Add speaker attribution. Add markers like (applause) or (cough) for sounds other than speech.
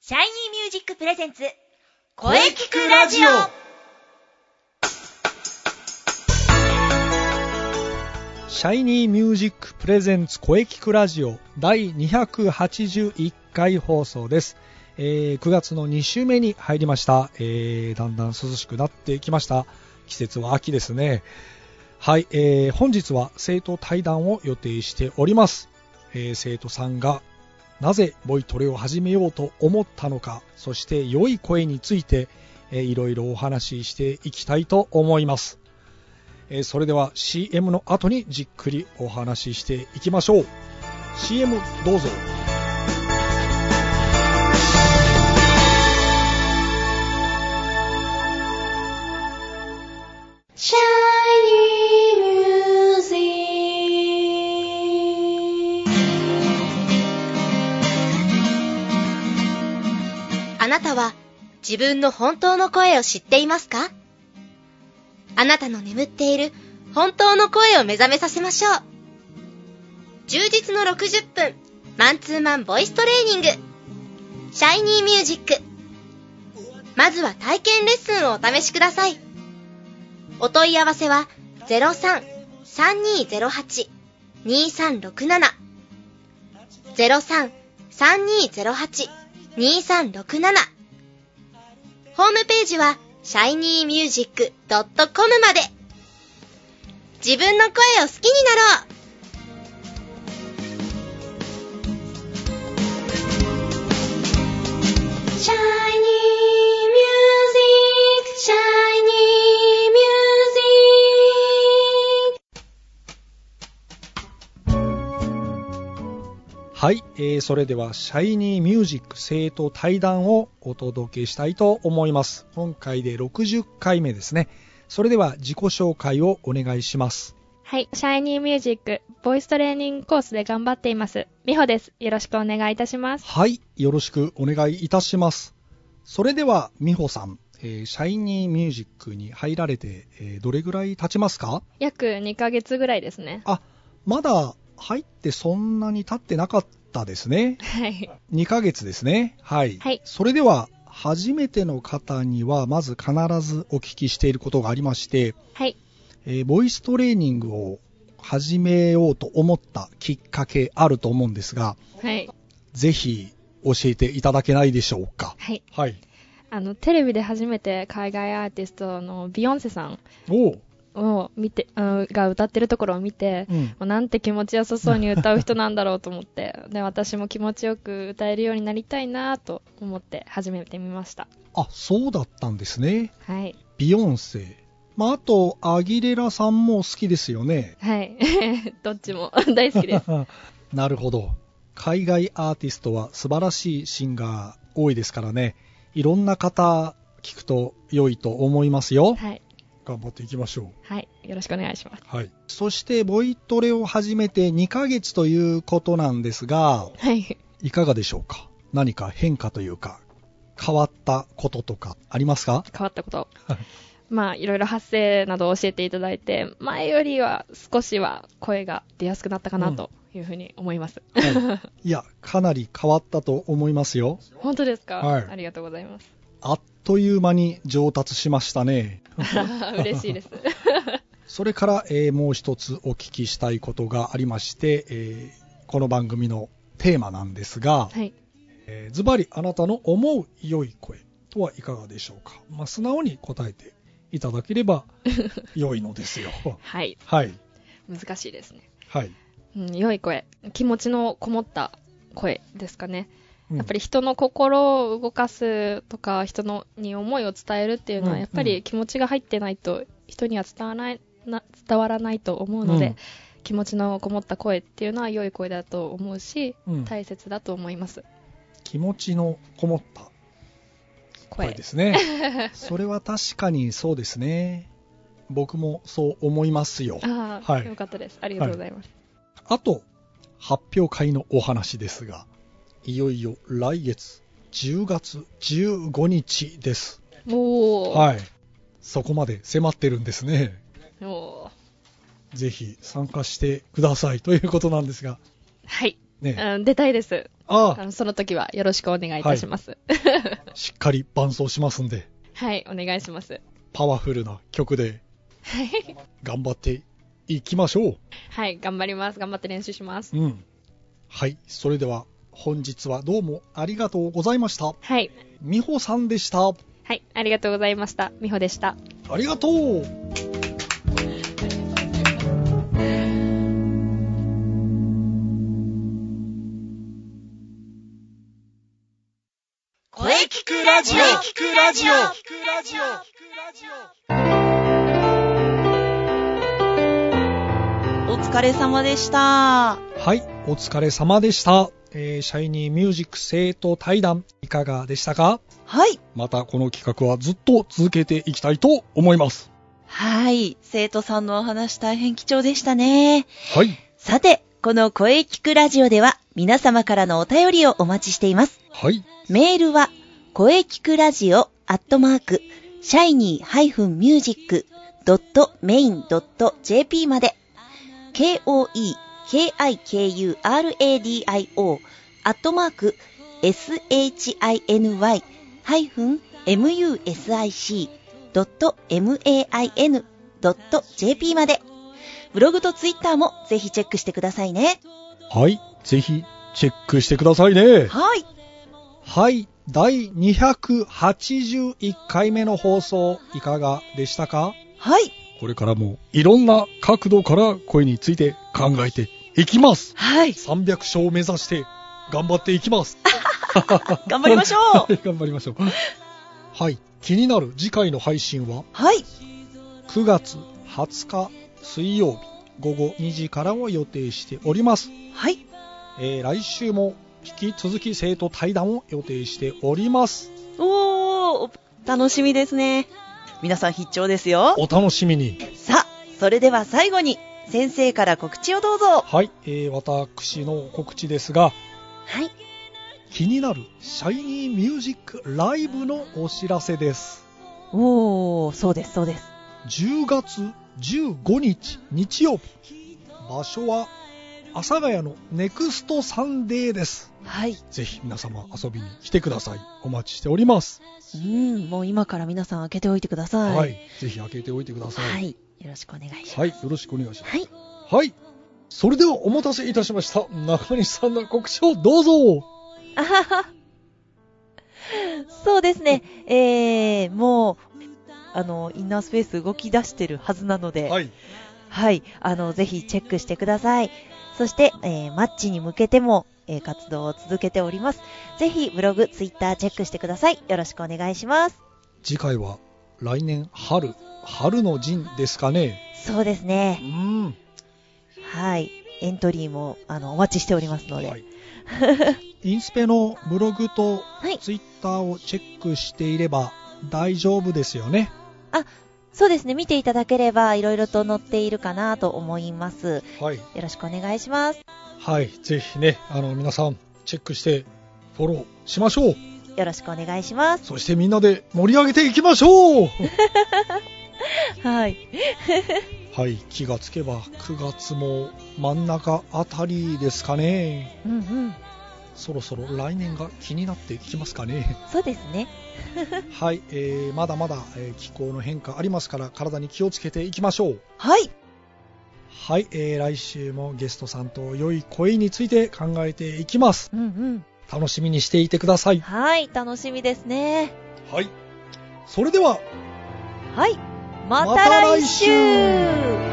Speaker 1: シャイニーミュージックプレゼンツ、
Speaker 2: 声聞くラジオ
Speaker 3: シャイニーミュージックプレゼンツ声聞くラジオ第281回放送です、えー9月の2週目に入りました、えーだんだん涼しくなってきました季節は秋ですねはい、えー本日は生徒対談を予定しております、えー生徒さんがなぜボイトレを始めようと思ったのかそして良い声について、えーいろいろお話ししていきたいと思いますえーそれでは CM の後にじっくりお話ししていきましょう CM どうぞ
Speaker 1: シャイニーミュージックあなたは自分の本当の声を知っていますかあなたの眠っている本当の声を目覚めさせましょう。充実の60分、マンツーマンボイストレーニング。シャイニーミュージック。まずは体験レッスンをお試しください。お問い合わせは03-3208-2367 03-3208-2367ホームページは shinymusic.com まで自分の声を好きになろうシャイニーミュージック、シャイニーミュージック。
Speaker 3: はい、えーそれではシャイニーミュージック生徒対談をお届けしたいと思います今回で60回目ですねそれでは自己紹介をお願いします
Speaker 4: はい。シャイニーミュージック、ボイストレーニングコースで頑張っています。みほです。よろしくお願いいたします。
Speaker 3: はいよろしくお願いいたしますそれでは美穂さん、えーシャイニーミュージックに入られて、えーどれぐらい経ちますか
Speaker 4: 約2ヶ月ぐらいですね。
Speaker 3: あまだ入ってそんなに経ってなかったですね
Speaker 4: はい。
Speaker 3: 2ヶ月ですね。はい。
Speaker 4: はい
Speaker 3: それでは、初めての方には、まず必ずお聞きしていることがありまして、
Speaker 4: はい。
Speaker 3: えーボイストレーニングを始めようと思ったきっかけあると思うんですが、
Speaker 4: はい。
Speaker 3: ぜひ教えていただけないでしょうか。
Speaker 4: はい。
Speaker 3: はい。
Speaker 4: あの、テレビで初めて海外アーティストのビヨンセさん
Speaker 3: おう。
Speaker 4: を見て、あのが歌ってるところを見て、
Speaker 3: うん
Speaker 4: もうなんて気持ちよさそうに歌う人なんだろうと思って、で、私も気持ちよく歌えるようになりたいなと思って始めてみました。
Speaker 3: あ、そうだったんですね。
Speaker 4: はい。
Speaker 3: ビヨンセ。まあ、あと、アギレラさんも好きですよね。
Speaker 4: はい。 (laughs) どっちも大好き (laughs) です。
Speaker 3: なるほど。海外アーティストは素晴らしいシンガー多いですからね。いろんな方聞くと良いと思いますよ。
Speaker 4: はい。
Speaker 3: 頑張っていきましょう。
Speaker 4: はい。よろしくお願いします。
Speaker 3: はい。そして、ボイトレを始めて2ヶ月ということなんですが、
Speaker 4: はい。
Speaker 3: いかがでしょうか何か変化というか、変わったこととかありますか
Speaker 4: 変わったこと
Speaker 3: はい。
Speaker 4: (laughs) まあ、いろいろ発声などを教えていただいて、前よりは少しは声が出やすくなったかなというふうに思います。
Speaker 3: いや、かなり変わったと思いますよ。
Speaker 4: 本当ですか、
Speaker 3: はい
Speaker 4: ありがとうございます。
Speaker 3: あっという間に上達しましたね。
Speaker 4: (laughs) 嬉しいです。
Speaker 3: それから、えーもう一つお聞きしたいことがありまして、えーこの番組のテーマなんですが、
Speaker 4: (laughs) はい。
Speaker 3: えーズバリあなたの思う良い声とはいかがでしょうか、まあ、素直に答えていただけれ
Speaker 4: (laughs)
Speaker 3: ば良いのですよ。
Speaker 4: はい。
Speaker 3: はい。
Speaker 4: 難しいですね。
Speaker 3: はい。
Speaker 4: うん、良い声。気持ちのこもった声ですかね。
Speaker 3: うん
Speaker 4: やっぱり人の心を動かすとか、人のに思いを伝えるっていうの
Speaker 3: う
Speaker 4: は、
Speaker 3: ん
Speaker 4: やっぱり気持ちが入ってないと、人には伝わらないな伝わらないと思うので、
Speaker 3: うん
Speaker 4: 気持ちのこもった声っていうのは良い声だと思うし、
Speaker 3: うん
Speaker 4: 大切だと思います。
Speaker 3: 気持ちのこもった
Speaker 4: 声
Speaker 3: 声です
Speaker 4: (laughs)
Speaker 3: ね。それは確かにそうですね。僕もそう思いますよ。
Speaker 4: ああ、
Speaker 3: はい
Speaker 4: よかったです。ありがとうございます。
Speaker 3: あと、発表会のお話ですが、いよいよ来月10月15日です。
Speaker 4: おー、
Speaker 3: はい。そこまで迫ってるんですね。
Speaker 4: おー
Speaker 3: ぜひ参加してくださいということなんですが、
Speaker 4: はい。
Speaker 3: ね。
Speaker 4: うん、出たいです。
Speaker 3: あ
Speaker 4: あ
Speaker 3: あ、
Speaker 4: のその時はよろしくお願いいたします。
Speaker 3: しっかり伴奏しますんで、
Speaker 4: はい、お願いします。
Speaker 3: パワフルな曲で、頑張っていきましょう。
Speaker 4: はい、頑張ります。頑張って練習します。
Speaker 3: うん。はい、それでは本日はどうもありがとうございました。
Speaker 4: はい、
Speaker 3: 美穂さんでした。
Speaker 4: はい、ありがとうございました。みほでした。
Speaker 3: ありがとう。
Speaker 2: 声聞くラジオ
Speaker 1: 声
Speaker 2: 聞くラジオ
Speaker 5: お疲れ様でした。
Speaker 3: はい、お疲れ様でした。えーシャイニーミュージック生徒対談いかがでしたか
Speaker 5: はい。
Speaker 3: またこの企画はずっと続けていきたいと思います。
Speaker 5: はい。生徒さんのお話大変貴重でしたね。
Speaker 3: はい。
Speaker 5: さて、この声聞くラジオでは皆様からのお便りをお待ちしています。
Speaker 3: はい。
Speaker 5: メールは、声聞くラジオアットマーク、シャイニー -music.main.jp まで、k-o-e-k-i-k-u-r-a-d-i-o アットマーク、shiny-music.main.jp まで、ブログとツイッターもぜひチェックしてくださいね。
Speaker 3: はい。ぜひ、チェックしてくださいね。
Speaker 5: はい。
Speaker 3: はい。第281回目の放送、いかがでしたか
Speaker 5: はい。
Speaker 3: これからも、いろんな角度から声について考えていきます。
Speaker 5: はい。
Speaker 3: 300勝を目指して、頑張っていきます。
Speaker 5: 頑張りましょう
Speaker 3: はい頑張りましょう。はい。気になる次回の配信は、
Speaker 5: はい。
Speaker 3: 9月20日水曜日午後2時からを予定しております。
Speaker 5: はい。
Speaker 3: えー来週も引き続き生徒対談を予定しております。
Speaker 5: おー、楽しみですね。皆さん必聴ですよ。
Speaker 3: お楽しみに。
Speaker 5: さあ、それでは最後に、先生から告知をどうぞ。
Speaker 3: はい、えー私の告知ですが、
Speaker 5: はい。
Speaker 3: 気になるシャイニーミュージックライブのお知らせです。
Speaker 5: おー、そうです、そうです。
Speaker 3: 10月15日日曜日。場所は阿佐ヶ谷のネクストサンデーです。
Speaker 5: はい。
Speaker 3: ぜひ皆様遊びに来てください。お待ちしております。
Speaker 5: うん、もう今から皆さん開けておいてください。
Speaker 3: はい、。ぜひ開けておいてくださ。
Speaker 5: はいい。よろしくお願いし
Speaker 3: はい、よろしくお願いします。はい。それではお待たせいたしました。中西さんの告知をどうぞ。
Speaker 5: ます。あはは。 (laughs) そうですね。えー、もう、あの、インナースペース動き出してるはずなので、
Speaker 3: はい。
Speaker 5: はい、あの、ぜひチェックしてください。そして、えーマッチに向けても、えー活動を続けております。ぜひ、ブログ、ツイッターチェックしてください。よろしくお願いします。
Speaker 3: 次回は来年春、春の陣ですかね。
Speaker 5: そうです
Speaker 3: う
Speaker 5: ね。
Speaker 3: ん。
Speaker 5: はい。エントリーも、あの、お待ちしておりますので。
Speaker 3: は
Speaker 5: はい。
Speaker 3: い。 (laughs) インスペのブログとツイッターをチェックしていれば大丈夫ですよね。
Speaker 5: そうですね。見ていただければ、いろいろと載っているかなと思います。
Speaker 3: はい。
Speaker 5: よろしくお願いします。
Speaker 3: はい。ぜひね、あの皆さんチェックしてフォローしましょう。
Speaker 5: よろしくお願いします。
Speaker 3: そしてみんなで盛り上げていきまし (laughs) ょう。
Speaker 5: はい。
Speaker 3: はい、気がつけば9月も真ん中あたりですかね。
Speaker 5: うんうん。
Speaker 3: そろそろ来年が気になってきますかね。
Speaker 5: そうですね。
Speaker 3: はい、えーまだまだ、えー気候の変化ありますから体に気をつけていきましょう。
Speaker 5: はい。
Speaker 3: はい、えー来週もゲストさんと良い声について考えていきます。
Speaker 5: うんうん。
Speaker 3: 楽しみにしていてください。
Speaker 5: はい。楽しみですね。
Speaker 3: はい。それでは、
Speaker 5: はい。また来週